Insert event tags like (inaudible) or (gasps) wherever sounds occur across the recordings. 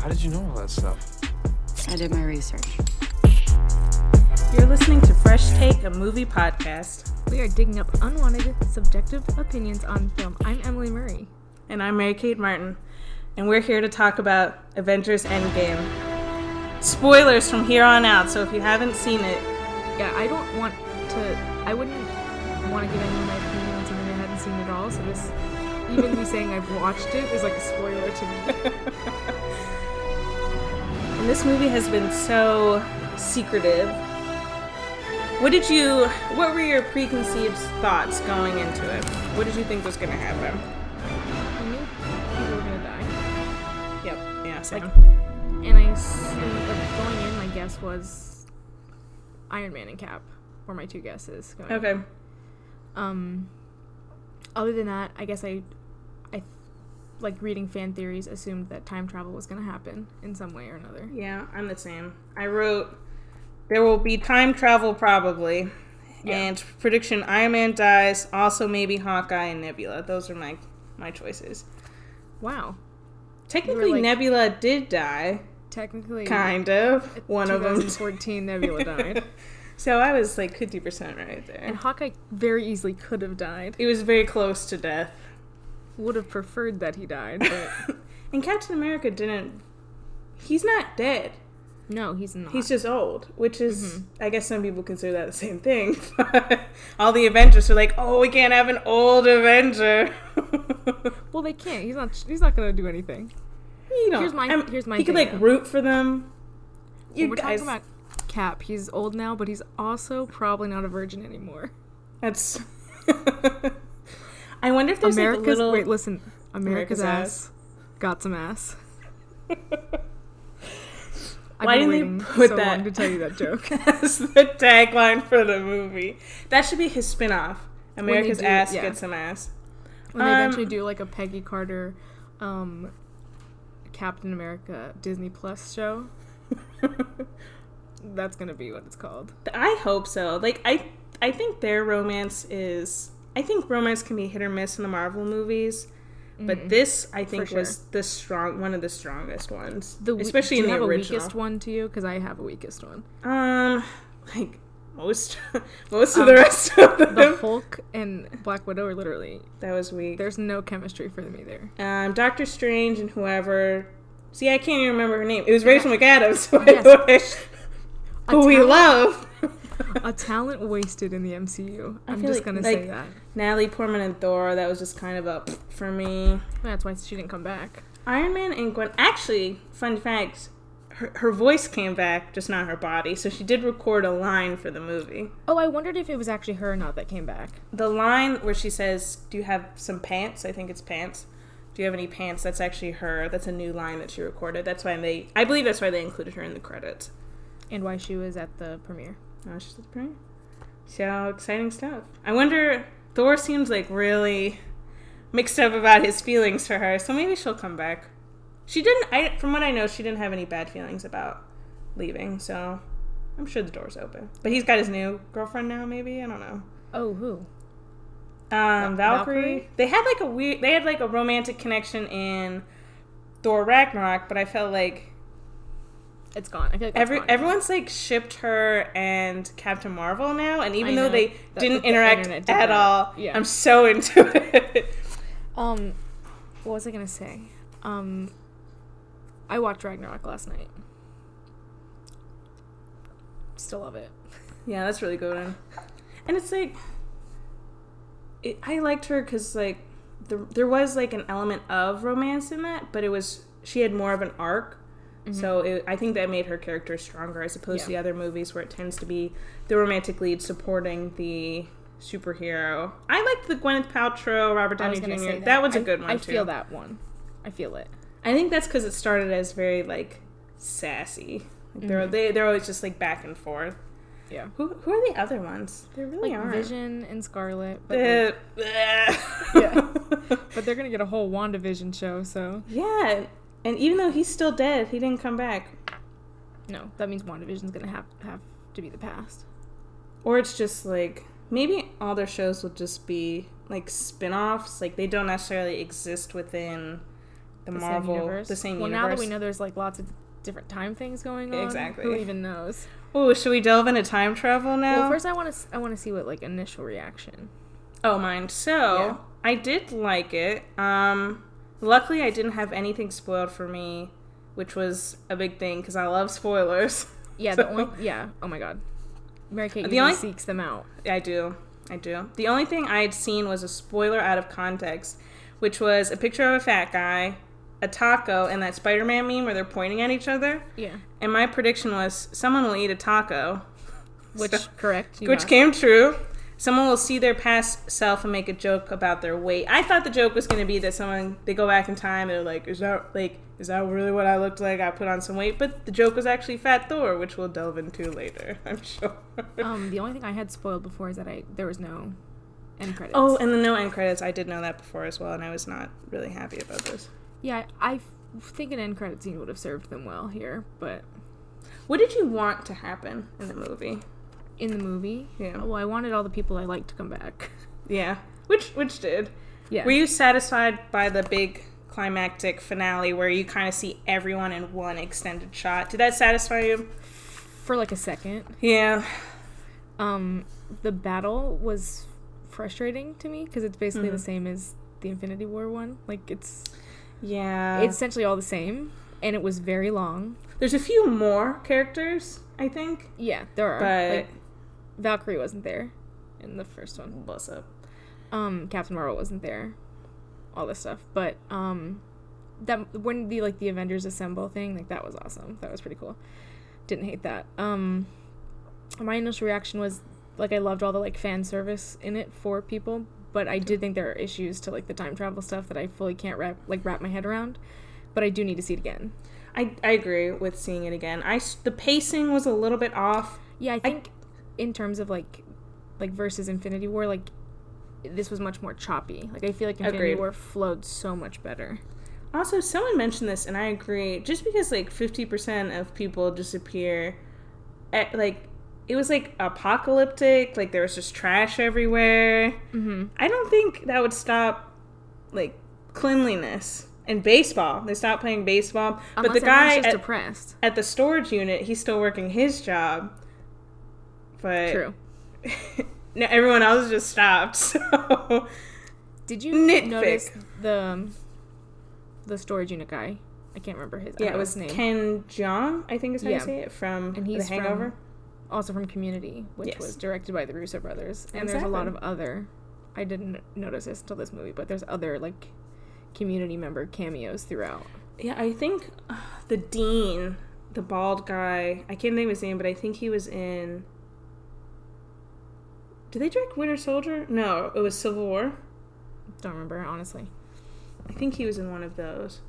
How did you know all that stuff? I did my research. You're listening to Fresh Take, a movie podcast. We are digging up unwanted, subjective opinions on film. I'm Emily Murray. And I'm Mary Kate Martin. And we're here to talk about Avengers Endgame. Spoilers from here on out, so if you haven't seen it, Yeah, I don't want to. I wouldn't want to give any of my opinion on something I hadn't seen at all. So this, even me saying I've watched it is like a spoiler to (laughs) me. and this movie has been so secretive. What did you, what were your preconceived thoughts going into it? What did you think was going to happen? I knew people were gonna die, Yep, yeah, same. and I s- and going in, my guess was Iron Man and Cap were my two guesses. Going in. okay. Um, other than that, I guess I, I, like reading fan theories, assumed that time travel was gonna happen in some way or another. Yeah, I'm the same. I wrote there will be time travel probably. And prediction Iron Man dies, also maybe Hawkeye and Nebula. Those are my my choices. Wow. Technically like- Nebula did die, Technically, kind of. One of them. 2014 (laughs) Nebula died, So I was like 50% right there. and Hawkeye very easily could have died. It was very close to death. Would have preferred that he died, but (laughs) And Captain America didn't He's not dead. no, he's not. He's just old, which is, Mm-hmm. I guess some people consider that the same thing. (laughs) All the Avengers are like, oh, we can't have an old Avenger. (laughs) well, they can't. He's not. He's not gonna do anything. you know, Here's my- I'm- here's my You could thing, like though. root for them. You We're guys, talking about Cap. He's old now, but he's also probably not a virgin anymore. that's. (laughs) I wonder if there's like, a America's little. (laughs) wait, listen. America's, America's ass, got some (laughs) ass. I've Why didn't been they waiting put so that- long to tell you that joke? That's the tagline for the movie. That should be his spinoff. America's do- ass yeah. gets some ass. When they Um, eventually do like a Peggy Carter, um, Captain America Disney Plus (laughs) show, that's gonna be what it's called. I hope so. Like I I think their romance is I think romance can be hit or miss in the Marvel movies. But this I think sure. was the strong one of the strongest ones. The we- especially do in you the have original. a weakest one to you because I have a weakest (laughs) one. Um, Um like most (laughs) most of the rest of them. The Hulk and Black Widow are literally that was weak. there's no chemistry for me there. Um Doctor Strange and whoever See, I can't even remember her name. It was Rachel McAdams, (laughs) so I Yes. wish- A who we talent- love. A talent wasted in the MCU. I'm feel just like- gonna like- say that. Natalie Portman and Thor, that was just kind of a for me. That's why she didn't come back. Iron Man and Gwen. Actually, fun fact: her, her voice came back, just not her body. So she did record a line for the movie. Oh, I wondered if it was actually her or not that came back. The line where she says, "Do you have some pants?" I think it's pants. Do you have any pants? That's actually her. That's a new line that she recorded. That's why they. I believe that's why they included her in the credits. And why she was at the premiere. Oh, she's at the premiere. So exciting stuff. I wonder. Thor seems like really mixed up about his feelings for her, so maybe she'll come back. She didn't. I, from what I know, she didn't have any bad feelings about leaving, so I'm sure the door's open. But he's got his new girlfriend now. Maybe I don't know. Oh, who? Um, Valkyrie. Valkyrie? They had like a weird. They had like a romantic connection in Thor Ragnarok, but I felt like It's gone. I feel like that's Every gone. everyone's like shipped her and Captain Marvel now, and even I though know. they The- didn't the interact internet did at that. all, Yeah. I'm so (laughs) into it. Um, what was I gonna say? Um, I watched Ragnarok last night. Still love it. yeah, that's really good. One. And it's like, it, I liked her because like the, there was like an element of romance in that, but it was she had more of an arc. So it, I think that made her character stronger as opposed to the Mm-hmm. Yeah. other movies where it tends to be the romantic lead supporting the superhero. I liked the Gwyneth Paltrow, Robert I was Downey gonna Jr. say That. one's a I- good one I too. feel that one. I feel it. I think that's because it started as very like sassy. Like Mm-hmm. they're they, they're always just like back and forth. Yeah. Who who are the other ones? There really Like aren't. Vision and Scarlet, but, like- Uh, (laughs) Yeah. yeah. but they're gonna get a whole WandaVision show, so yeah. And even though he's still dead, he didn't come back. no, that means WandaVision's gonna have have to be the past. Or it's just like maybe all their shows will just be like spin-offs. Like they don't necessarily exist within the, the Marvel, same universe. the same well, universe. now that we know there's like lots of different time things going on, who Exactly. even knows? Oh, should we delve into time travel now? Well, first I want to I want to see what like initial reaction. Oh, mine. So Yeah. I did like it. Um, luckily, I didn't have anything spoiled for me, which was a big thing because I love spoilers. (laughs) Yeah, the So- only yeah. Oh my god, Mary Kate The usually only- seeks them out. I do. I do. The only thing I had seen was a spoiler out of context, which was a picture of a fat guy, a taco, and that Spider Man meme where they're pointing at each other. Yeah, And my prediction was someone will eat a taco, which So- correct? you which got- came true. Someone will see their past self and make a joke about their weight. I thought the joke was going to be that someone they go back in time and they're like, "Is that like is that really what I looked like? I put on some weight." But the joke was actually Fat Thor, which we'll delve into later. I'm sure. (laughs) Um, the only thing I had spoiled before is that I there was no end credits. Oh, and the no end credits. I did know that before as well, and I was not really happy about this. yeah, I f- think an end credit scene would have served them well here, but What did you want to happen in the movie? in the movie, Yeah. Well, I wanted all the people I like to come back. Yeah, which which did. (laughs) Yeah, Were you satisfied by the big climactic finale where you kind of see everyone in one extended shot? Did that satisfy you? for like a second. Yeah. Um, the battle was frustrating to me because it's basically the same as the Infinity War one. Like it's Yeah. it's essentially all the same, and it was very long. There's a few more characters, I think, Yeah, there are. but like, Valkyrie wasn't there in the first one. bless up. Um, Captain Marvel wasn't there. All this stuff, but um, that when the like the Avengers assemble thing, like that was awesome. That was pretty cool. Didn't hate that. Um, my initial reaction was like I loved all the like fan service in it for people, but I did think there are issues to like the time travel stuff that I fully can't wrap like wrap my head around. But I do need to see it again. I, I agree with seeing it again. I s- the pacing was a little bit off. Yeah, I think in terms of like like versus Infinity War, like this was much more choppy. Like I feel like Infinity Agreed. War flowed so much better. Also, someone mentioned this, and I agree. Just because like fifty percent of people disappear, at, like it was like apocalyptic. Like there was just trash everywhere. Mm-hmm. I don't think that would stop like cleanliness and baseball. They stopped playing baseball, but the Unless everyone's guy just at, depressed. at the storage unit, he's still working his job. But True. no, everyone else just stopped. (laughs) So Did you Nitpick. notice the um, the storage unit guy? I can't remember his. I yeah, don't it know was his name. Ken Jeong, I think is how Yeah. you say it, from And he's The Hangover. from- also from Community, which Yes. was directed by the Russo brothers. And there's a lot of other. I didn't notice this until this movie, but there's other like community member cameos throughout. Yeah, I think uh, the dean, the bald guy, I can't think of his name, but I think he was in. Did they direct Winter Soldier? No, it was Civil War. Don't remember honestly. I think he was in one of those.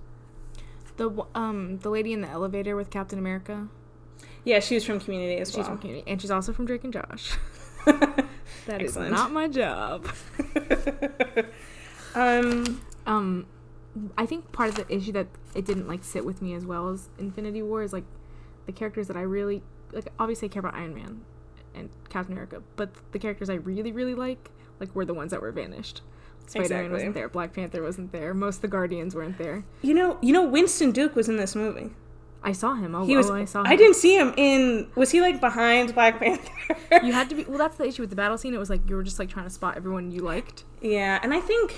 The w- um the lady in the elevator with Captain America. Yeah, she was from Community as She's well. from Community, and she's also from Drake and Josh. (laughs) (laughs) That is Excellent. not my job. um, um i think part of the issue that it didn't like sit with me as well as infinity war is like the characters that i really like obviously i care about iron man and captain america but the characters i really really like like were the ones that were vanished spider-man Exactly. wasn't there black panther wasn't there most of the guardians weren't there you know, you know, Winston Duke was in this movie. i saw him oh, He was. oh, i saw him I didn't see him in. Was he like behind Black Panther? you had to be well that's the issue with the battle scene it was like you were just like trying to spot everyone you liked Yeah, and I think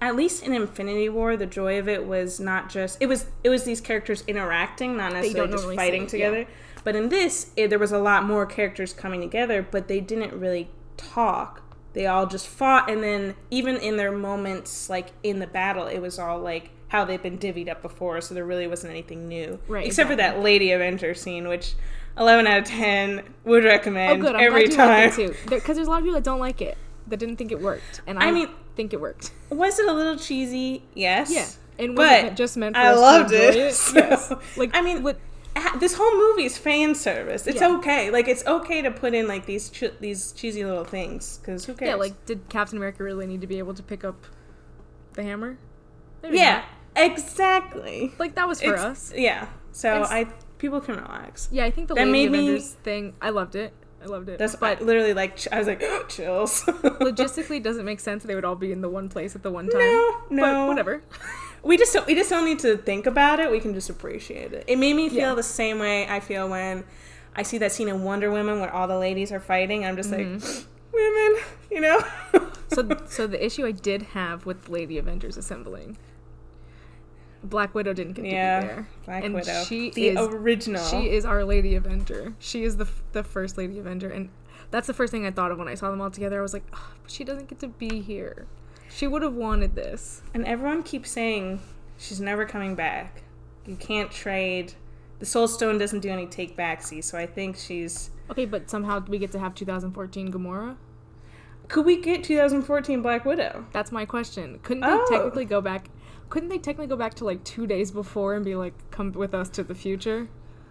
at least in Infinity War, the joy of it was not just it was it was these characters interacting, not necessarily don't just normally fighting see, yeah. together. But in this, it, there was a lot more characters coming together, but they didn't really talk. They all just fought, and then even in their moments, like in the battle, it was all like how they've been divvied up before, so there really wasn't anything new, Right, Except for that Lady Avenger scene, which eleven out of ten would oh recommend good i'm every glad time. you liked it too because there's a lot of people that don't like it that didn't think it worked and i, I mean- think it worked Was it a little cheesy? Yes. Yeah, and was but it meant- just meant for I us to loved enjoy it. (laughs) it? so- Yes. Like, I mean, what- ah, this whole movie is fan service. It's Yeah. okay. Like it's okay to put in like these ch- these cheesy little things because who cares? Yeah, like did Captain America really need to be able to pick up the hammer? Maybe yeah, not. exactly. like that was for It's- us. yeah. So It's- I people can relax. Yeah, I think the That Lady made me- Avengers thing. I loved it. I loved it. That's but but literally like ch- I was like (gasps) chills. logistically it doesn't make sense. They would all be in the one place at the one time. No, but no. whatever. We just don't, we just don't need to think about it. We can just appreciate it. It made me feel Yeah. the same way I feel when I see that scene in Wonder Woman where all the ladies are fighting. I'm just like, women, (laughs) you know. So, so the issue I did have with Lady Avengers assembling, Black Widow didn't get yeah, to be there, Black and Widow, she the is original. she is our Lady Avenger. She is the f- the first Lady Avenger, and that's the first thing I thought of when I saw them all together. I was like, oh, but she doesn't get to be here. She would have wanted this. And everyone keeps saying she's never coming back. You can't trade. The Soul Stone doesn't do any take backsies, so I think she's. Okay, but somehow we get to have 2014 Gamora. Could we get 2014 Black Widow? That's my question. Couldn't Oh. they technically go back? Couldn't they technically go back to like two days before and be like, come with us to the future?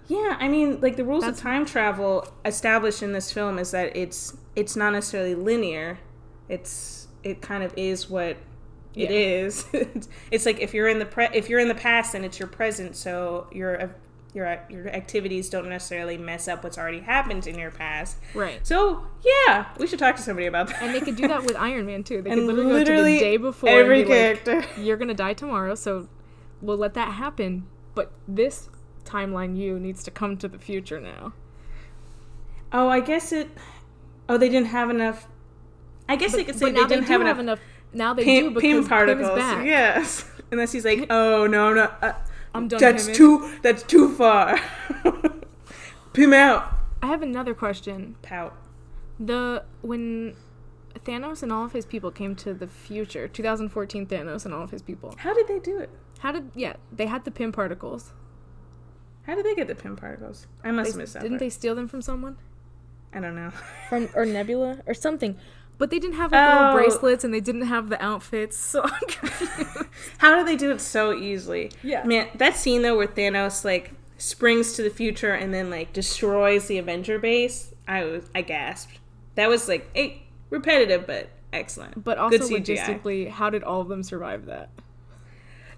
Yeah, I mean, like the rules That's- of time travel established in this film is that it's it's not necessarily linear. It's it kind of is what Yeah. it is. (laughs) it's like if you're in the pre- if you're in the past, then it's your present. So your your your activities don't necessarily mess up what's already happened in your past. Right. So yeah, we should talk to somebody about that. And they (laughs) could do that with Iron Man too. They And could literally, go to the day before every and be character. like, "You're gonna die tomorrow, so we'll let that happen." But this timeline, you needs to come to the future now. oh, I guess it. Oh, they didn't have enough. I guess they could say but they now didn't they do have enough, Now they do Pim, because Pim Pim particles. is back. Yes, (laughs) unless he's like, oh no, no, uh, I'm done. that's Pim. too, that's too far. (laughs) Pim out. I have another question. Pout. The when Thanos and all of his people came to the future, 2014 Thanos and all of his people. How did they do it? How did yeah? They had the Pim particles. How did they get the Pim particles? I must They, have missed that. didn't part. they steal them from someone? I don't (laughs) know. from or Nebula or something. But they didn't have like Oh. little bracelets and they didn't have the outfits, (laughs) so I'm confused. How do they do it so easily? Yeah. Man, that scene though where Thanos like springs to the future and then like destroys the Avenger base, I was I gasped. That was like eh, repetitive but excellent. but also Good CGI. logistically, how did all of them survive that?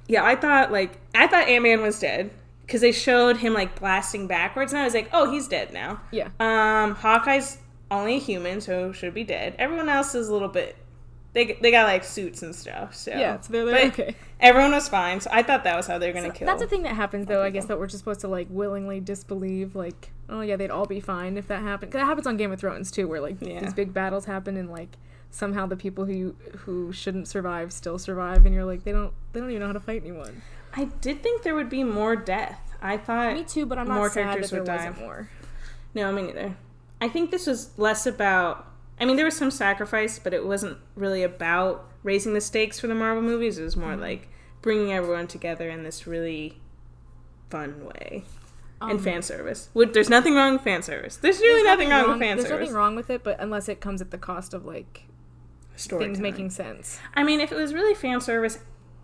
Yeah, I thought like I thought Ant Man was dead. Because they showed him like blasting backwards and I was like, Oh, he's dead now. Yeah. Um Hawkeye's only a human, so should be dead. Everyone else is a little bit they, they got like suits and stuff. So yeah, so they're but like, okay. Everyone was fine, so I thought that was how they were gonna kill. That's a thing that happens though, I guess that we're just supposed to like willingly disbelieve like, oh yeah, they'd all be fine if that happened. 'Cause that happens on Game of Thrones too where like Yeah. these big battles happen and like somehow the people who who shouldn't survive still survive and you're like they don't they don't even know how to fight anyone. I did think there would be more death. I thought Me too, but I'm not More sad that characters there would die. wasn't more. No, me neither. I think this was less about. I mean, there was some sacrifice, but it wasn't really about raising the stakes for the Marvel movies. It was Mm-hmm. more like bringing everyone together in this really fun way. and fan service. Which, there's nothing wrong with fan service. There's really Um, nothing, There's wrong with fan There's service. nothing wrong with it, but unless it comes at the cost of like things Storytelling. making sense. I mean, if it was really fan service,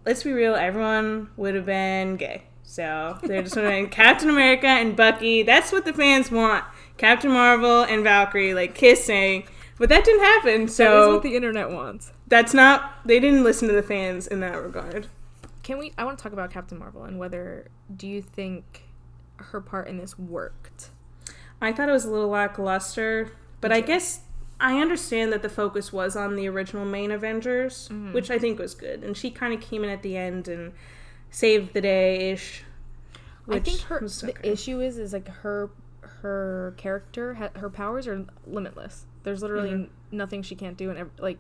let's be real, everyone would have been gay. So they're just wondering Captain America and Bucky. That's what the fans want. Captain Marvel and Valkyrie like kissing, but that didn't happen. that is So what the internet wants. that's not. They didn't listen to the fans in that regard. Can we? I want to talk about Captain Marvel and whether do you think her part in this worked? I thought it was a little lackluster, but I guess I understand that the focus was on the original main Avengers, which I think was good. And she kind of came in at the end and saved the day ish. I think Which her was the okay. issue is is like her her character ha- her powers are limitless. There's literally nothing she can't do, and ev- like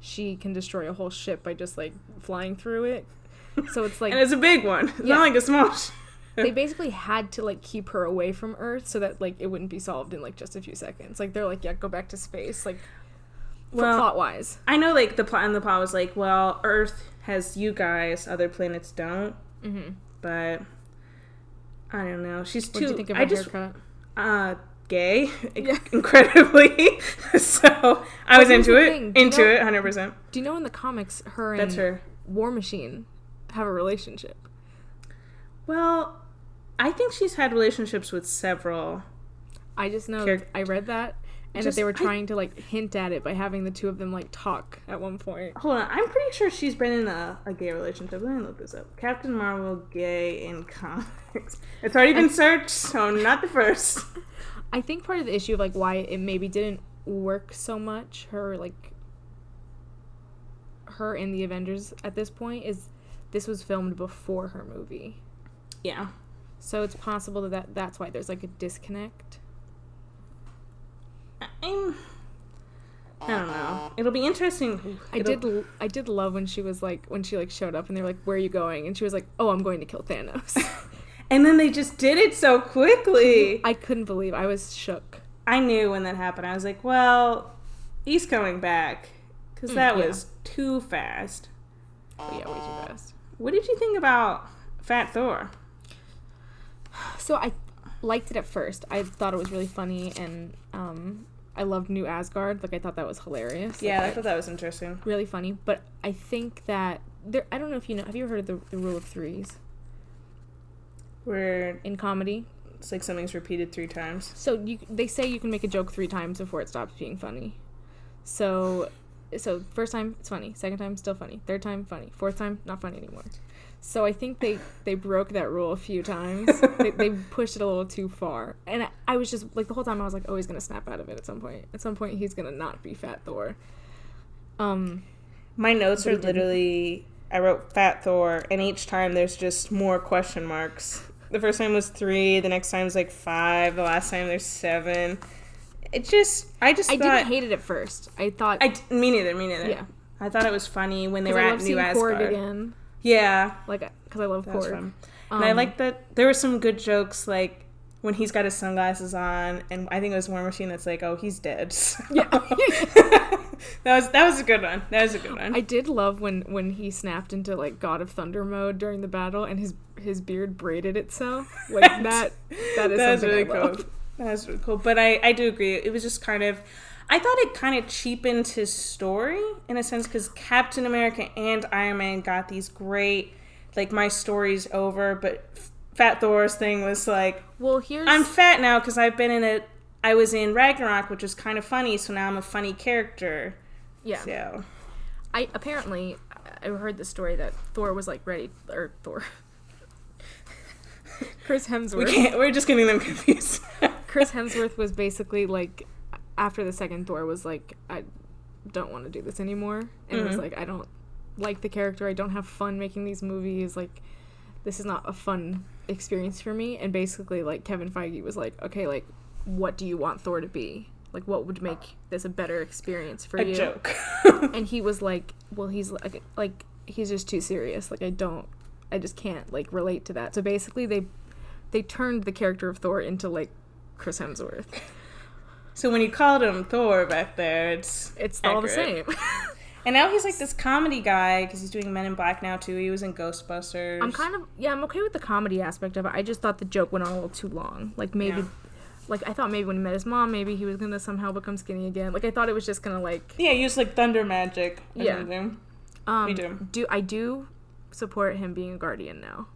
she can destroy a whole ship by just like flying through it. So it's (laughs) like And it's a big one. It's Yeah. not like a small. (laughs) sh- they basically had to like keep her away from Earth so that like it wouldn't be solved in like just a few seconds. Like they're like, yeah, go back to space. Like, Well- plot wise, I know, like the plot and the plot was like, well, Earth has you guys, other planets don't. Mm-hmm. But I don't know. She's what too. did you think of her I just haircut? uh, (laughs) gay, Yeah. incredibly. (laughs) so I was here's into the it, thing, do you into know- it, hundred percent. Do you know in the comics her and That's her. War Machine have a relationship? Well, I think she's had relationships with several. I just know Charac- I read that and that Just- they were I- trying to like hint at it by having the two of them like talk at one point. Hold on, I'm pretty sure she's been in a, a gay relationship. Let me look this up. Captain Marvel, gay in comics. (laughs) It's already been searched, so I'm not the first. I think part of the issue of like why it maybe didn't work so much her like her and the Avengers at this point is this was filmed before her movie. (laughs) Yeah. So it's possible that, that that's why there's like a disconnect. I'm. I don't know. It'll be interesting. I did l- I did love when she was like when she like showed up and they were like where are you going and she was like oh I'm going to kill (laughs) Thanos. And then they just did it so quickly. I couldn't believe I was shook. Mm-hmm. I knew when that happened. I was like, well, he's coming back. Because that yeah. was too fast. But yeah, way too fast. What did you think about Fat Thor? So I liked it at first. I thought it was really funny and um I loved New Asgard. Like I thought that was hilarious. Yeah, I thought that was interesting. really funny. But I think that there. I don't know if you know. Have you ever heard of the, the rule of threes Where in comedy? it's like something's repeated three times. So you they say you can make a joke three times before it stops being funny. So so first time it's funny, second time still funny, third time funny, fourth time not funny anymore. So I think they they broke that rule a few times. they, they pushed it a little too far, and I, I was just like the whole time I was like, oh, he's gonna snap out of it at some point. At some point, he's gonna not be Fat Thor. Um, My notes But are it didn't. literally I wrote Fat Thor, and each time there's just more question marks. The first time was three, the next time's like five, the last time there's seven. It just, I just I thought. didn't hate it at first. I thought I d- me neither, me neither. Yeah. I thought it was funny when they 'cause were I at love New seeing Korg Asgard. again. Yeah, like because I love that was Korg. fun. and I Um, like that there were some good jokes, like when he's got his sunglasses on, and I think it was War Machine that's like, "Oh, he's dead." (laughs) So- Yeah. (laughs) that was that was a good one. That was a good one. I did love when when he snapped into like God of Thunder mode during the battle, and his his beard (laughs) braided itself like that. That is that was something really I love. cool. That was really cool. But I, I do agree. It was just kind of, I thought it kind of cheapened his story in a sense because Captain America and Iron Man got these great, like, my story's over, but Fat Thor's thing was like, Well, here's I'm fat now because I've been in a, I was in Ragnarok, which is kind of funny, so now I'm a funny character. yeah. So, I apparently I heard the story that Thor was like ready or Thor. (laughs) Chris we Hemsworth. can't, we're just getting them (laughs) confused. Chris Hemsworth was basically like after the second Thor was like I don't want to do this anymore and Mm-hmm. was like I don't like the character I don't have fun making these movies like this is not a fun experience for me and basically like Kevin Feige was like okay like what do you want Thor to be like what would make this a better experience for a you joke. (laughs) and he was like well he's like like he's just too serious like i don't i just can't like relate to that so basically they they turned the character of thor into like chris hemsworth so when you called him Thor back there, it's it's all the same (laughs) Accurate. And now he's like this comedy guy because he's doing Men in Black now too. He was in Ghostbusters. i'm kind of yeah i'm okay with the comedy aspect of it i just thought the joke went on a little too long like maybe Yeah. like i thought maybe when he met his mom maybe he was gonna somehow become skinny again like i thought it was just gonna like yeah, he was like thunder magic. Or Yeah. something. um We do. do i do support him being a guardian now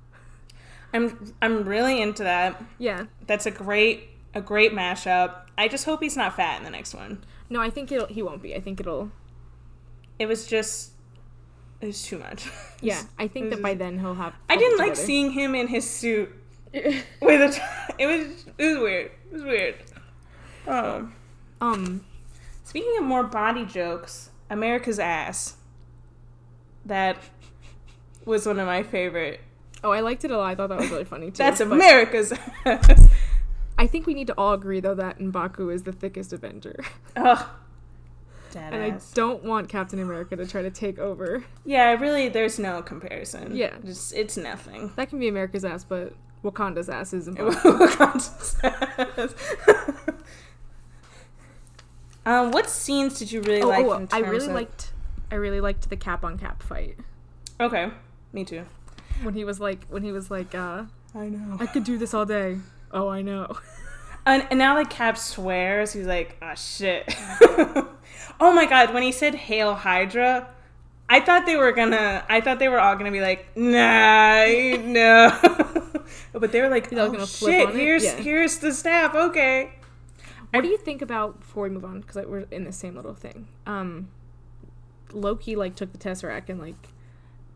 I'm I'm really into that. yeah That's a great a great mashup. I just hope he's not fat in the next one. no i think it'll he won't be i think it'll It was just it was too much. (laughs) yeah i think that by then he'll have I didn't like together. seeing him in his (laughs) suit with a. T- (laughs) it was it was weird. It was weird. Um. Um, Speaking of more body jokes, America's ass. That was one of my favorite. oh, I liked it a lot. I thought that was really funny too. That's But America's ass. I think we need to all agree though that M'Baku is the thickest Avenger, (laughs) Ugh. and I Deadass. don't want Captain America to try to take over. yeah, really, there's no comparison. Yeah. Just, it's nothing. (laughs) (laughs) That can be America's ass, but Wakanda's ass is M'Baku. Wakanda's ass. um, what scenes did you really Oh, like? oh, in I terms really of- liked. I really liked the cap on cap fight Okay, me too. when he was like when he was like uh, I know. I could do this all day. Oh, (laughs) I know. And, and now, like, Cap swears. He's like, ah, shit. (laughs) oh my god, when he said Hail Hydra, I thought they were gonna, I thought they were all gonna be like, nah, (laughs) no. (laughs) but they were like, all oh, gonna flip shit, on it? here's, Yeah. here's the staff, okay. What do you think about before we move on? Because we're in the same little thing. Um, Loki like took the tesseract and like.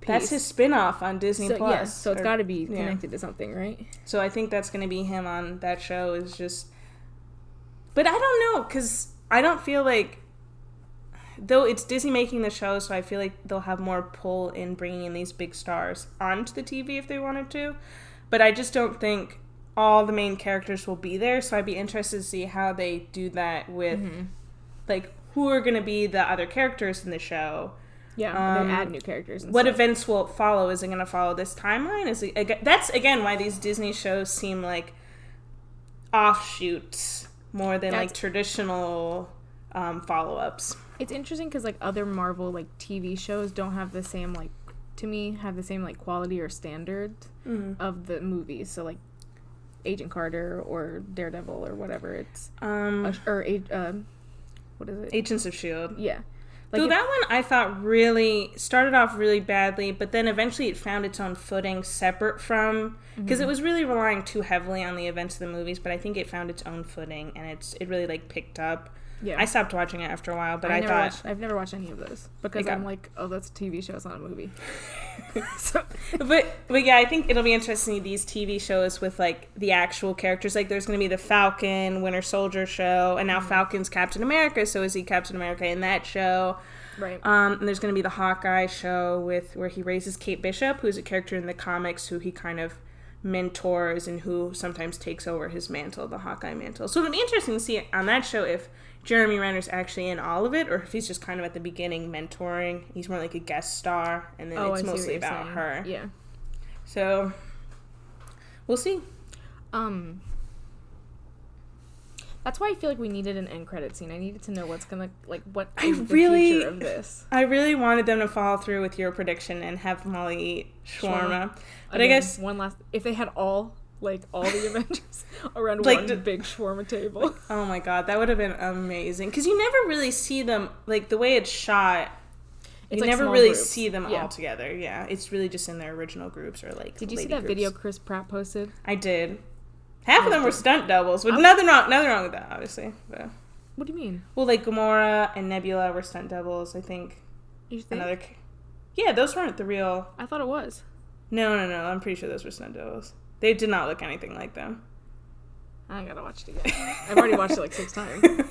That's pieced- his spin off on Disney So, Plus. yeah, so it's or- got to be yeah. connected to something, right? So I think that's going to be him on that show is just. But I don't know because I don't feel like though it's Disney making the show, so I feel like they'll have more pull in bringing in these big stars onto the TV if they wanted to. But I just don't think all the main characters will be there, so I'd be interested to see how they do that with like who are going to be the other characters in the show. Yeah, Um, they add new characters. And What stuff. events will it follow? Is it going to follow this timeline? Is it, ag- that's again why these Disney shows seem like offshoots more than like That's- traditional um, follow-ups. It's interesting because like other Marvel like TV shows don't have the same like to me have the same like quality or standard Mm-hmm. of the movies. So like Agent Carter or Daredevil or whatever it's Um, uh, or a- um, what is it? Agents of Shield. yeah, E like Though if- that one I thought really started off really badly, but then eventually it found its own footing separate from Mm-hmm. because it was really relying too heavily on the events of the movies. But I think it found its own footing and it's it really like picked up. yeah. I stopped watching it after a while, but I I, never thought watched, I've never watched any of those because got- I'm like, oh, that's a TV show, it's not (laughs) a movie. (laughs) so but but yeah, I think it'll be interesting these TV shows with like the actual characters. Like there's going to be the Falcon Winter Soldier show, and now Mm-hmm. Falcon's Captain America, so is he Captain America in that show? right, Um, and there's going to be the Hawkeye show with where he raises Kate Bishop, who's a character in the comics who he kind of mentors and who sometimes takes over his mantle, the Hawkeye mantle. So it'll be interesting to see on that show if Jeremy Renner's actually in all of it, or if he's just kind of at the beginning mentoring. He's more like a guest star, and then oh, I it's see what mostly you're about saying. her. Yeah. So we'll see. Um. That's why I feel like we needed an end credit scene. I needed to know what's gonna like what I is the really- future (sighs) of this. I really wanted them to follow through with your prediction and have Molly eat shawarma, but I Again, guess one last if they had all like (laughs) all the Avengers (laughs) around Like one the- big shawarma (laughs) table. Oh my god, that would have been amazing. Because you never really see them like the way it's shot. It's you like never small really groups. see them Yeah. all together. Yeah, it's really just in their original groups or like. Did you see lady that video groups. Chris Pratt posted? I did. Half of them were stunt doubles, but nothing wrong. Nothing wrong with that, obviously. But, What do you mean? well, like Gamora and Nebula were stunt doubles. I think You think? another. ca- Yeah, those weren't the real. I thought it was. No, no, no. I'm pretty sure those were stunt doubles. They did not look anything like them. I gotta watch it again. (laughs) I've already watched it like six times. Um,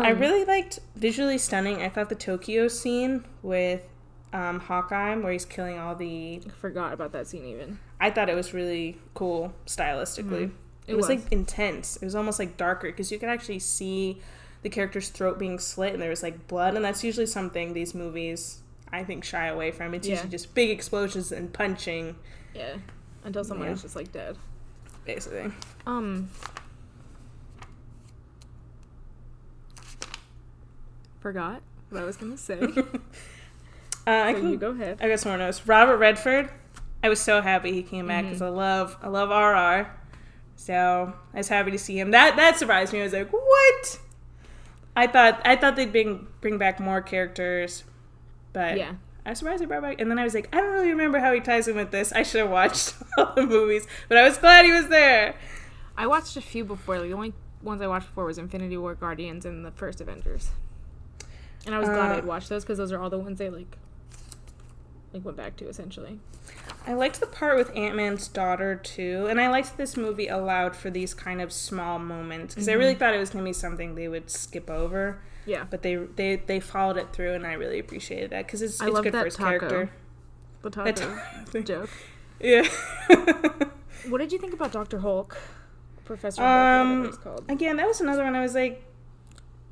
I Um, really liked visually stunning. I thought the Tokyo scene with um, Hawkeye, where he's killing all the. I forgot about that scene even. I thought it was really cool stylistically. It, Mm-hmm. It was, was. like intense. It was almost like darker because you could actually see the character's throat being slit and there was like blood, and that's usually something these movies I think shy away from. It's Yeah. usually just big explosions and punching, Yeah. Until someone Yeah. is just like dead. basically. Um. Forgot what I was (laughs) gonna say. uh, I so can you go ahead. I got someone else. Robert Redford. I was so happy he came back because I love I love RR. So I was happy to see him. That that surprised me. I was like, what? I thought I thought they'd bring bring back more characters, but Yeah. I was surprised they brought back. And then I was like, I don't really remember how he ties in with this. I should have watched (laughs) all the movies, but I was glad he was there. I watched a few before. Like, the only ones I watched before was Infinity War, Guardians, and the first Avengers. And I was glad Uh, I'd watched those because those are all the ones they like, like went back to essentially. I liked the part with Ant Man's daughter too, and I liked this movie allowed for these kind of small moments because I really thought it was gonna be something they would skip over. Yeah, but they they they followed it through, and I really appreciated that because it's, I it's love good that for his taco. character. the That taco (laughs) taco. joke. yeah. (laughs) What did you think about Doctor Hulk, Professor Hulk, whatever um. it's called? Again, that was another one. I was like,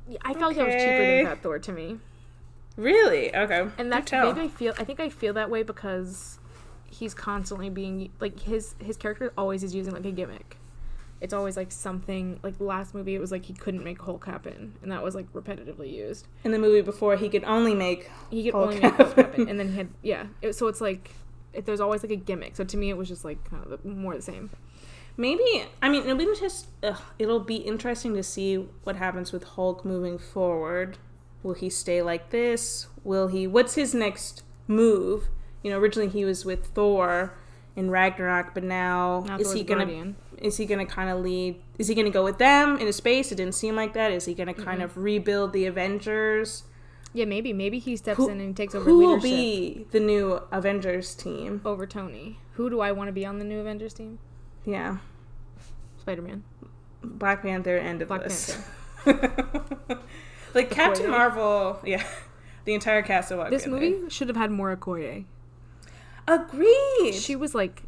Yeah, I felt like that was cheaper okay. than Fat Thor to me. really? Okay. and Do that's tell. maybe I feel I think I feel that way because he's constantly being like his his character always is using like a gimmick. It's always like something like last movie it was like he couldn't make Hulk happen and that was like repetitively used. in the movie before he could only make. He could Hulk only make Hulk happen happen. and then he had yeah. It, so it's like it, there's always like a gimmick. So to me it was just like kind of the, more the same. Maybe I mean it'll be just ugh, it'll be interesting to see what happens with Hulk moving forward. Will he stay like this? Will he? What's his next move? You know, originally he was with Thor in Ragnarok, but now Not is Thor's he gonna? Guardian. is he going to kind of lead is he going to go with them into space it didn't seem like that is he going to Mm-hmm. kind of rebuild the avengers Yeah, maybe maybe he steps Who- in and takes over who will leadership be the new avengers team over Tony. Who do I want to be on the new Avengers team? yeah Spider Man. black panther end of Black list (laughs) Like Captain Okoye. Marvel, yeah. (laughs) The entire cast of Walk This in movie should have had more Okoye. there. Agreed. She was like,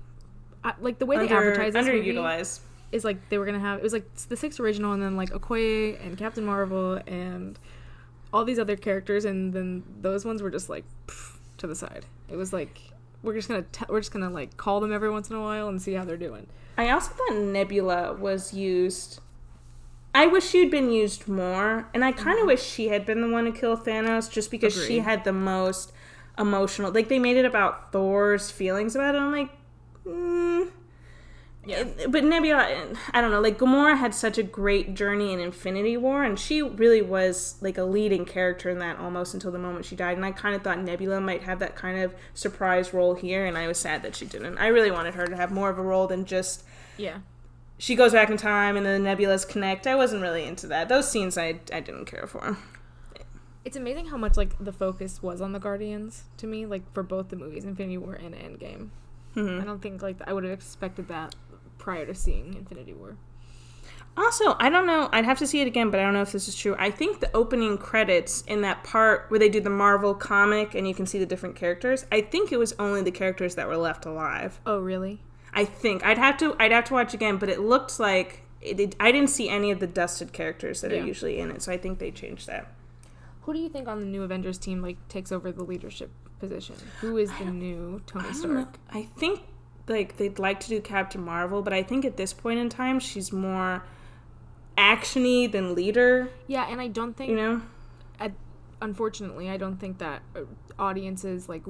I, like the way they Under- advertised this movie underutilized. is like they were gonna have it was like the six original and then like Okoye and Captain Marvel and all these other characters and then those ones were just like pff, to the side. It was like we're just gonna te- we're just gonna like call them every once in a while and see how they're doing. I also thought Nebula was used. I wish she'd been used more, and I kind of wish she had been the one to kill Thanos just because she Agreed. had the most emotional. Like, they made it about Thor's feelings about it. I'm like, mm. It- but Nebula, I don't know. Like, Gamora had such a great journey in Infinity War, and she really was like a leading character in that almost until the moment she died. And I kind of thought Nebula might have that kind of surprise role here, and I was sad that she didn't. I really wanted her to have more of a role than just Yeah. she goes back in time and the nebulas connect. I wasn't really into that. Those scenes I, I didn't care for. It's amazing how much like the focus was on the Guardians to me, like for both the movies, Infinity War and Endgame. I don't think like I would have expected that prior to seeing Infinity War. Also, I don't know. I'd have to see it again, but I don't know if this is true. I think the opening credits in that part where they do the Marvel comic and you can see the different characters, I think it was only the characters that were left alive. Oh really? I think I'd have to I'd have to watch again, but it looked like it, it- I didn't see any of the dusted characters that Yeah. are usually in it, so I think they changed that. Who do you think on the new Avengers team like takes over the leadership position? Who is the new Tony I don't know. Stark? I think like they'd like to do Captain Marvel, but I think at this point in time she's more actiony than leader. Yeah, and I don't think You know, I, unfortunately, I don't think that uh, audiences like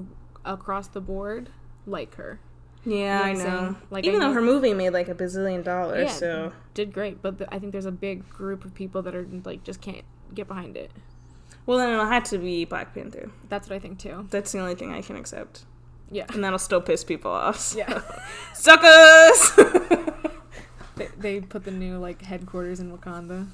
across the board like her. yeah, what I I'm know. saying? Like, Even I though know- her movie made like a bazillion dollars, Yeah. so Did great, but th I think there's a big group of people that are like just can't get behind it. well then it'll have to be Black Panther. That's what I think too. That's the only thing I can accept, (laughs) Yeah. and that'll still piss people off. so. Yeah. (laughs) (laughs) suckers. they, they put the new like headquarters in Wakanda.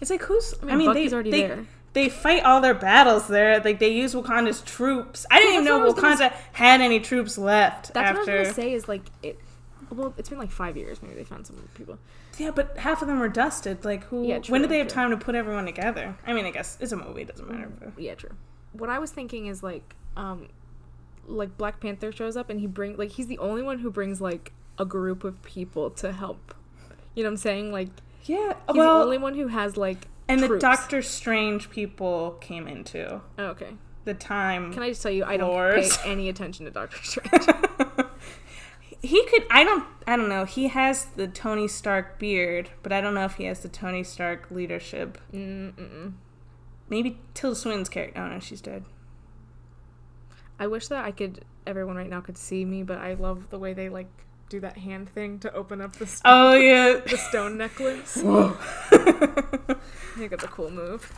it's like who's? I mean, I mean, they Bucky's already they, there. they fight all their battles there. Like they use Wakanda's troops. I didn't even that's what I know was gonna Wakanda had any troops left. That's after. what I was gonna say is like it. Well, it's been like five years. Maybe they found some people. Yeah, but half of them were dusted. Like who? Yeah, when true, did they have true. time to put everyone together? I mean, I guess it's a movie. It doesn't matter. but- Yeah, true. What I was thinking is like, um, like Black Panther shows up and he bring like he's the only one who brings like a group of people to help. You know what I'm saying? Like Yeah. he's well, the only one who has like and the troops. Doctor Strange people came into Oh, okay. the time. Can I just tell you, I don't Lords. pay any attention to Doctor (laughs) Strange. he could. I don't. I don't know. He has the Tony Stark beard, but I don't know if he has the Tony Stark leadership. Mm-mm. Maybe Tilda Swinton's character. Oh no, she's dead. I wish that I could. Everyone right now could see me, but I love the way they like do that hand thing to open up the s- Oh (laughs) yeah. the stone necklace. Whoa. I think that's a cool move.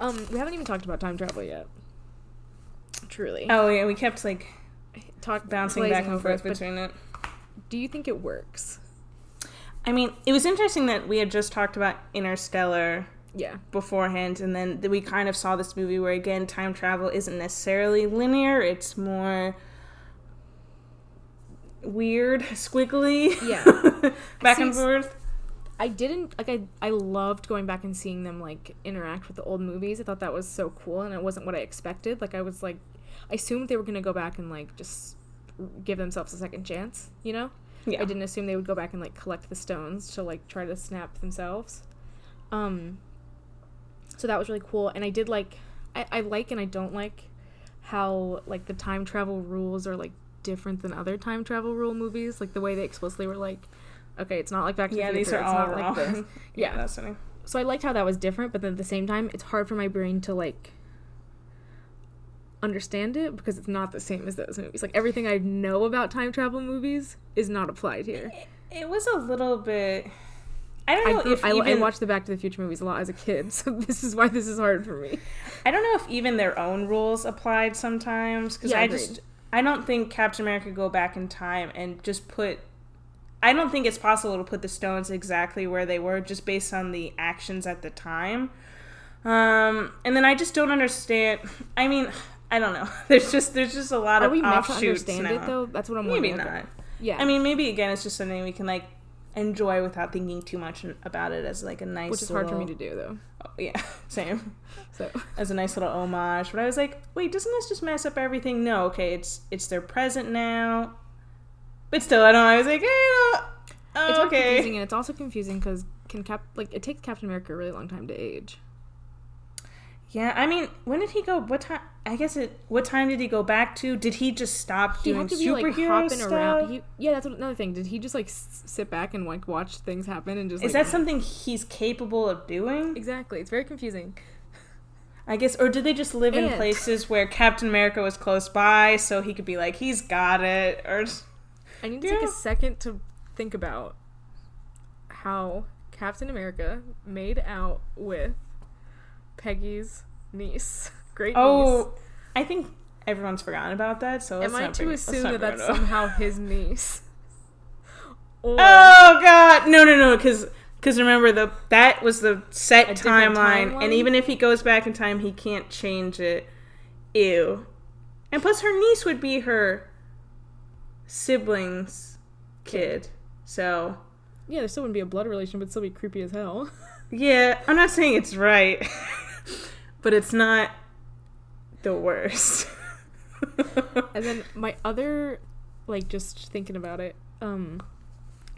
Um, we haven't even talked about time travel yet. Truly, oh yeah. We kept like talk bouncing glazing back and over forth it, but between it. do you think it works? I mean, it was interesting that we had just talked about Interstellar Yeah, beforehand, and then th- we kind of saw this movie where, again, time travel isn't necessarily linear, it's more weird, (laughs) squiggly. (laughs) Yeah. back and Seems- forth. I didn't like. I I loved going back and seeing them like interact with the old movies. I thought that was so cool, and it wasn't what I expected. Like I was like, I assumed they were gonna go back and like just give themselves a second chance. You know, Yeah. I didn't assume they would go back and like collect the stones to like try to snap themselves. Um so that was really cool and I did like I, I like and I don't like how like the time travel rules are like different than other time travel rule movies. Like the way they explicitly were like, okay, it's not like Back to Yeah, the Future. these are it's all not wrong. like this. (laughs) yeah, Yeah. that's funny. So I liked how that was different, but then at the same time it's hard for my brain to like understand it because it's not the same as those movies. Like everything I know about time travel movies is not applied here. It was a little bit. I don't I, know grew- if I, even, I watched the Back to the Future movies a lot as a kid, (laughs) so this is why this is hard for me. I don't know if even their own rules applied sometimes because Yeah, I agreed. just I don't think Captain America could go back in time and just put. I don't think it's possible to put the stones exactly where they were just based on the actions at the time. Um, and then I just don't understand. I mean, I don't know. (laughs) There's just there's just a lot Are of we meant to offshoots understand now. it though? That's what I'm Maybe wondering. not. Yeah. I mean, maybe again, it's just something we can like enjoy without thinking too much about it as like a nice which is hard for me to do though. do yeah (laughs) same So (laughs) as a nice little homage but i was like wait doesn't this just mess up everything no okay it's it's their present now but still i don't i was like eh, oh, it's all confusing, okay and it's also confusing because can Cap like it takes Captain America a really long time to age. yeah i mean when did he go what time i guess it what time did he go back to did he just stop He doing had to be like superhero hopping stuff around. He, yeah, that's another thing. Did he just like s- sit back and like watch things happen and just is like, that something he's capable of doing exactly? It's very confusing. I guess, or did they just live in It. places where Captain America was close by, so he could be like, he's got it, or I need to take Yeah. a second to think about how Captain America made out with Peggy's niece, (laughs) great oh, I think everyone's forgotten about that. So niece. let's Am I not to bring- let's assume not that bring that's it up. somehow (laughs) his niece? Or Oh God, no, no, no, because remember the that was the set different timeline, timeline? and even if he goes back in time, he can't change it. Ew, and plus her niece would be her siblings' kid, so. yeah, there still wouldn't be a blood relation, but still be creepy as hell. (laughs) Yeah, I'm not saying it's right, (laughs) but it's not the worst. (laughs) And then my other, like, just thinking about it, um,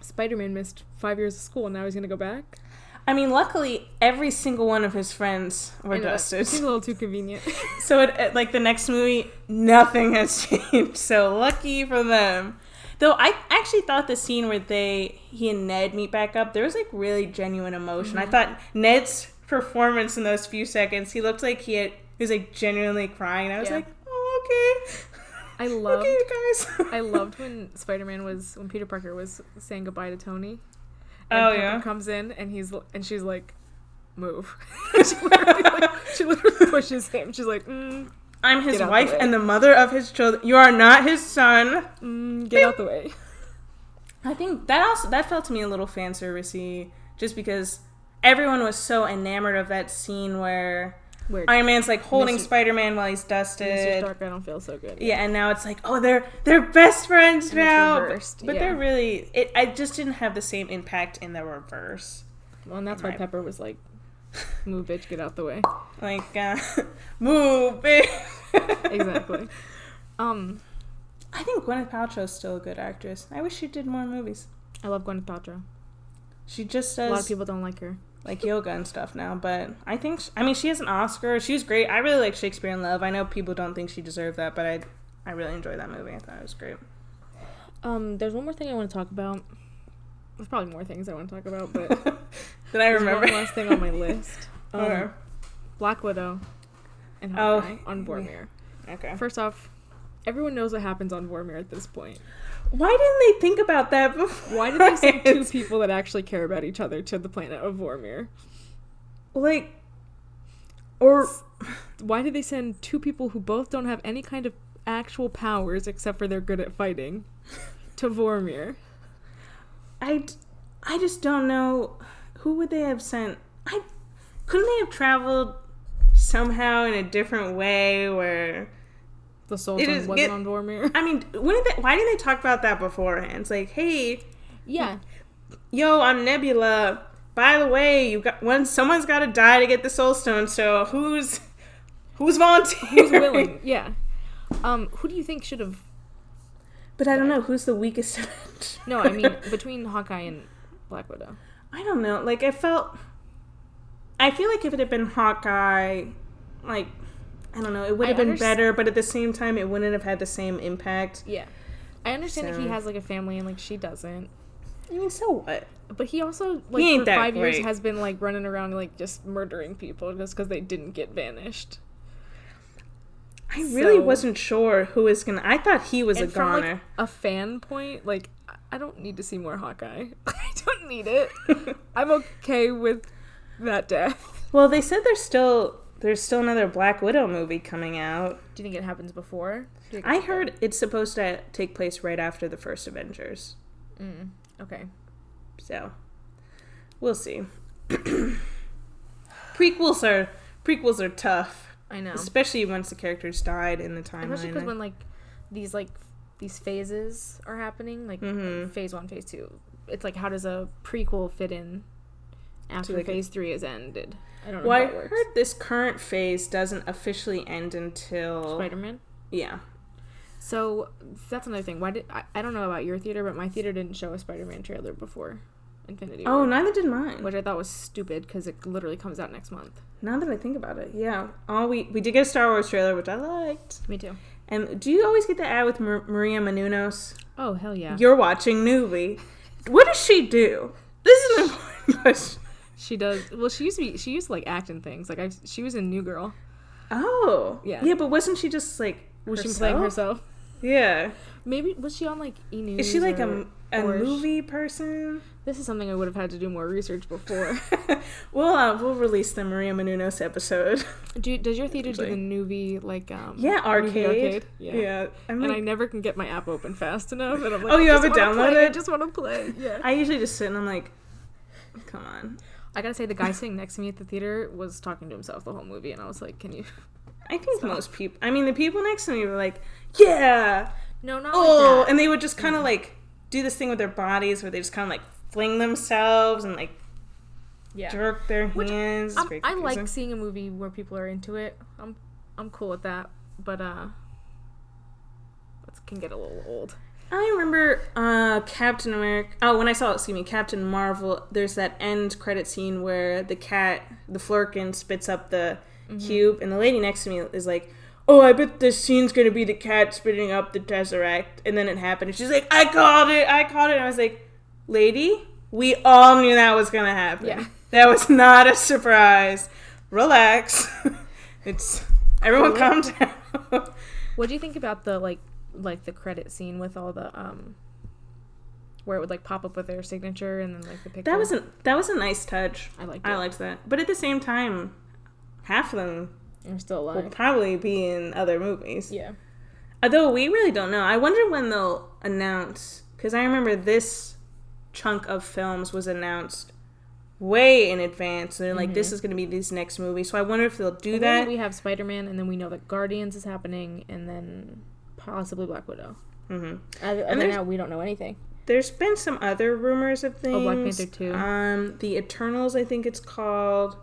Spider Man missed five years of school and now he's gonna go back. I mean, luckily, every single one of his friends were I know, dusted. (laughs) Seems a little too convenient. (laughs) So, it, it- like the next movie, nothing has (laughs) changed. So lucky for them. Though I actually thought the scene where they he and Ned meet back up, there was like really genuine emotion. Mm-hmm. I thought Ned's performance in those few seconds, he looked like he had he was like genuinely crying. I was Yeah. like, oh okay. (laughs) I loved okay, you guys. I loved when Spider Man was when Peter Parker was saying goodbye to Tony. (laughs) Oh, Pepper yeah? comes in and he's l- and she's like, move. (laughs) she, literally, like, she literally pushes him. She's like, mm, I'm his Get out the wife way. and the mother of his children. You are not his son. mm, get out the way. I think that also that felt to me a little fan servicey, just because everyone was so enamored of that scene where Weird. Iron Man's like holding Mr. Spider Man while he's Mr. dusted. Stark, I don't feel so good. Yeah, and now it's like, oh, they're they're best friends it's now. But- reversed, But, yeah. they're really. It, I just didn't have the same impact in the reverse. Well, and that's why Right. Pepper was like, move, bitch, get out the (laughs) way. Like, uh, (laughs) move. bitch. Exactly. um, I think Gwyneth Paltrow's still a good actress. I wish she did more movies. I love Gwyneth Paltrow. She just A does lot of people don't like her. like yoga and stuff now. But I think sh I mean she has an Oscar. She was great. I really like Shakespeare in Love. I know people don't think she deserved that, but I I really enjoyed that movie. I thought it was great. Um, there's one more thing I want to talk about. There's probably more things (laughs) I want to talk about, but Did I there's remember? one last thing on my (laughs) list. Um, Okay. Black Widow and Oh, Hawkeye on Vormir. okay. First off, everyone knows what happens on Vormir at this point. Why didn't they think about that (laughs) before? Why did they send two people that actually care about each other to the planet of Vormir? (laughs) Like, or Why did they send two people who both don't have any kind of actual powers except for they're good at fighting to Vormir? I d- I just don't know who would they have sent. I couldn't they have traveled somehow in a different way where. The Soul It Stone is- wasn't it- (laughs) on Vormir. (laughs) I mean, when did they, why didn't they talk about that beforehand? It's like, hey, Yeah, yo, I'm Nebula. By the way, you got one. Someone's got to die to get the Soul Stone. So who's who's volunteering? who's willing? Yeah. Um, who do you think should have? (laughs) But I don't know who's the weakest. Of No, (laughs) I mean between Hawkeye and Black Widow. I don't know. Like I felt, I feel like if it had been Hawkeye, like I don't know, it would I have been underst- better. But at the same time, it wouldn't have had the same impact. Yeah, I understand that he So- has like a family and like she doesn't. I mean, so what? But he also like ain't for that five years great. has been like running around like just murdering people just because they didn't get banished. I really So- wasn't sure who was gonna. I thought he was And a from goner. like, a fan point, like I- I don't need to see more Hawkeye. (laughs) I don't (laughs) need it. I'm okay with that death. well, they said there's still there's still another Black Widow movie coming out. Do you think it happens before? I heard it's supposed to take place right after the first Avengers. mm, Okay. So we'll see. (clears throat) prequels are prequels are tough, I know. especially once the characters died in the Especially because timeline. Mm-hmm. when like these like these phases are happening, like phase one, phase two, it's like how does a prequel fit in after like, a- phase three is ended? I don't know Well, I how that works. heard this current phase doesn't officially end until Spider Man. yeah. So that's another thing. Why did I, I don't know about your theater, but my theater didn't show a Spider Man trailer before Infinity Oh, War, neither did mine. which I thought was stupid because it literally comes out next month. Now that I think about it, yeah. Oh, we we did get a Star Wars trailer, which I liked. Me too. And do you always get the ad with Mar- Maria Menounos? Oh hell yeah! You're watching Newly. What does she do? This is an important (laughs) question. She does. Well, she used to be. She used to like act in things. Like I, she was in New Girl. Oh, Yeah. yeah. But wasn't she just like Was she playing herself? Yeah. Maybe was she on like E News? Is she like a, or- a or- movie person? This is something I would have had to do more (laughs) research before. Well, uh, we'll release the Maria Menounos episode. (laughs) do, does your theater do the Potentially. newbie like um? Yeah, movie arcade. Yeah. Yeah. I mean, And I never can get my app open fast enough, and I'm like, Oh, I you just have it wanna play, I downloaded? just want to play. Yeah. I usually just sit and I'm like, come on. I gotta say, the guy sitting next to me at the theater was talking to himself the whole movie, and I was like, "Can you?" (laughs) I think most people. I mean, the people next to me were like, yeah, No, not oh, like that. Mm-hmm. and they would just kind of like do this thing with their bodies where they just kind of like fling themselves and like yeah. jerk their Which, hands. It's I'm- very I like confusing. seeing a movie where people are into it. I'm I'm cool with that, but uh, it can get a little old. I remember uh, Captain America. Oh, when I saw, excuse me, Captain Marvel. There's that end credit scene where the cat, the Flurkin, spits up the Mm-hmm. cube, and the lady next to me is like, "Oh, I bet this scene's gonna be the cat spitting up the tesseract." And then it happened, and she's like, "I called it! I called it!" And I was like, "Lady, we all knew that was gonna happen. Yeah. (laughs) That was not a surprise. Relax. (laughs) it's everyone, calm (laughs) down." What do you think about the like like the credit scene with all the um, where it would like pop up with their signature and then like the picture? That was a that was a nice touch. I liked I it. liked that. But at the same time, half of them I'm still will alive. probably be in other movies. Yeah. Although we really don't know. I wonder when they'll announce because I remember this chunk of films was announced way in advance and they're like this is going to be these next movies. So I wonder if they'll do that. we have Spider Man, and then we know that Guardians is happening, and then possibly Black Widow. Mm-hmm. Other other than there's- that, we don't know anything. There's been some other rumors of things. Oh, Black Panther 2. Um, the Eternals, I think it's called.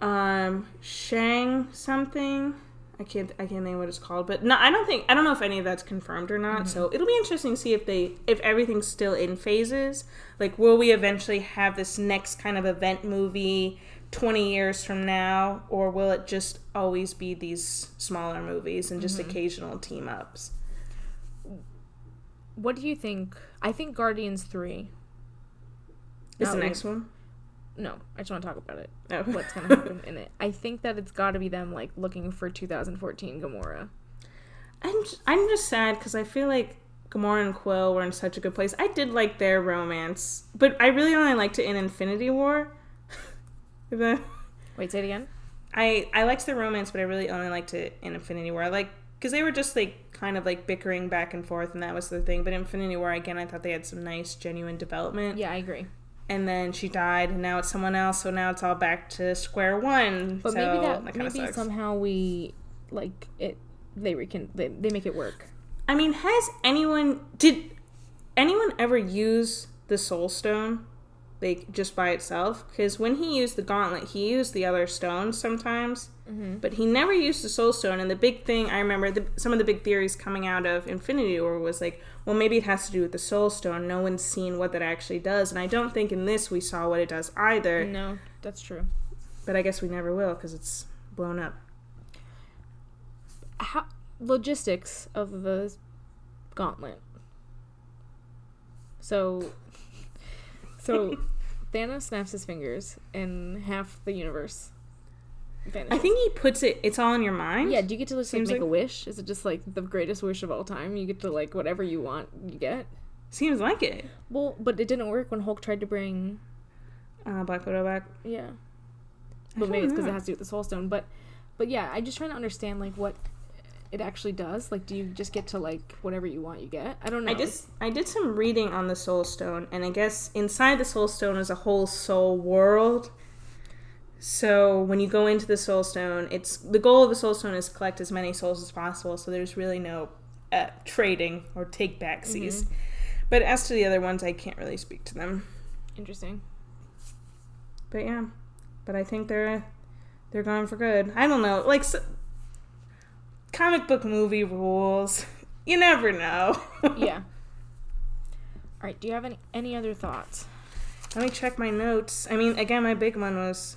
Um, Shang something. I can't. I can't think what it's called. But no, I don't think. I don't know if any of that's confirmed or not. So Mm-hmm. it'll be interesting to see if they, if everything's still in phases. Like, will we eventually have this next kind of event movie? 20 years from now or will it just always be these smaller movies and Mm-hmm. just occasional team ups What do you think? I think Guardians three. is Now the we- next one No, I just want to talk about (laughs) it. oh. What's gonna happen in it? I think that it's got to be them like looking for 2014 Gamora. I'm just, I'm just sad because I feel like Gamora and Quill were in such a good place. I did like their romance, but I really only liked it in Infinity War. (laughs) The- Wait, say it again. I I liked their romance, but I really only liked it in Infinity War. I like because they were just like kind of like bickering back and forth, and that was the thing. But Infinity War again, I thought they had some nice, genuine development. Yeah, I agree. And then she died, and now it's someone else, so now it's all back to square one. But so maybe that, kind maybe of sucks. somehow we like it. They recon they, they make it work. I mean, has anyone did anyone ever use the soul stone like just by itself? Because when he used the gauntlet, he used the other stones sometimes, but he never used the soul stone. And the big thing I remember, the, some of the big theories coming out of Infinity War was like, well, maybe it has to do with the soul stone. No one's seen what that actually does, and I don't think in this we saw what it does either. No, that's true. But I guess we never will because it's blown up. How logistics of the gauntlet. So, (laughs) so Thanos snaps his fingers, and half the universe I vanishes. think he puts it. It's all in your mind. Yeah, do you get to just like, Seems make like- a wish? Is it just like the greatest wish of all time? You get to like whatever you want, you get. seems like it. Well, but it didn't work when Hulk tried to bring. Uh, Black Widow back. Yeah. But maybe it's because it know. has to do with the Soul Stone. But, but yeah, I just trying to understand like what it actually does. Like, do you just get to like whatever you want, you get? I don't know. I just I did some reading on the Soul Stone, and I guess inside the Soul Stone is a whole soul world. So when you go into the Soul Stone, it's the goal of the Soul Stone is collect as many souls as possible. So there's really no uh, trading or take backsies. But as to the other ones, I can't really speak to them. Interesting. But yeah, but I think they're they're gone for good. I don't know, like s comic book movie rules. (laughs) You never know. Yeah. All right. Do you have any any other thoughts? Let me check my notes. I mean, again, my big one was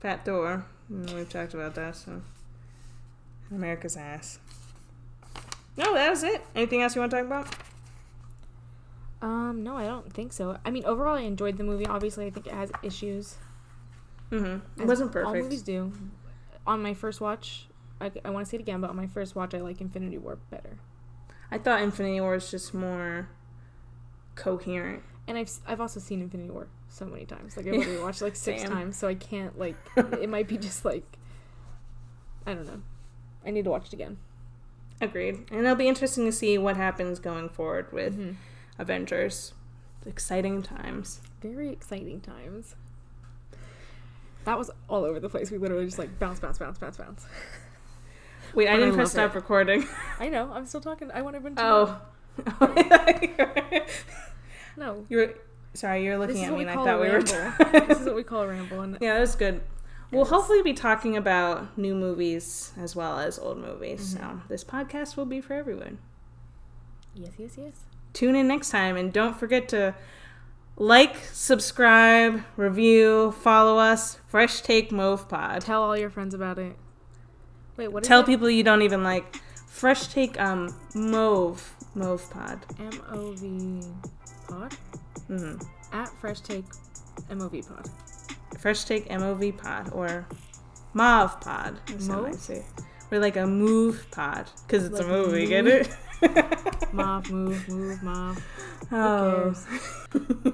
Pat Door. and We've talked about that, so. America's ass. No, that was it. Anything else you want to talk about? Um, no, I don't think so. I mean, overall, I enjoyed the movie. Obviously, I think it has issues. Mm-hmm. It as wasn't All perfect. movies do. On my first watch, I, I want to say it again, but on my first watch, I like Infinity War better. I thought Infinity War was just more coherent. And I've s- I've also seen Infinity War so many times. Like I've Yeah. (laughs) already watched like six Same. times, so I (laughs) can't like. it might be just like. I don't know. I need to watch it again. Agreed. And it'll be interesting to see what happens going forward with Mhm. Avengers. Exciting times. Very exciting times. That was all over the place. We literally just like bounce, bounce, bounce, bounce, bounce. Wait, I But I didn't press love stop recording. I know. I'm still talking. I want everyone to. know. (laughs) Oh. no. you were sorry, you were looking This is at what me and we I call thought a we were ramble. (laughs) This is what we call a ramble, and Yeah, that was good. We'll hopefully be talking about new movies as well as old movies. So Mm-hmm. this podcast will be for everyone. yes, yes, yes. Tune in next time and don't forget to like, subscribe, review, follow us, Fresh Take Mauve Pod. Tell all your friends about it. Wait, what is Tell it? people you don't even like. Fresh Take um Mauve Mauve Pod. M O V pod Mhm. at Fresh Take M O V pod. Fresh Take M O V Pod or Mauve Pod. as some might Mauve? say. We're like a move pod because it's Like a a movie. Get move? it? (laughs) Mauve, move, move, mauve. Oh.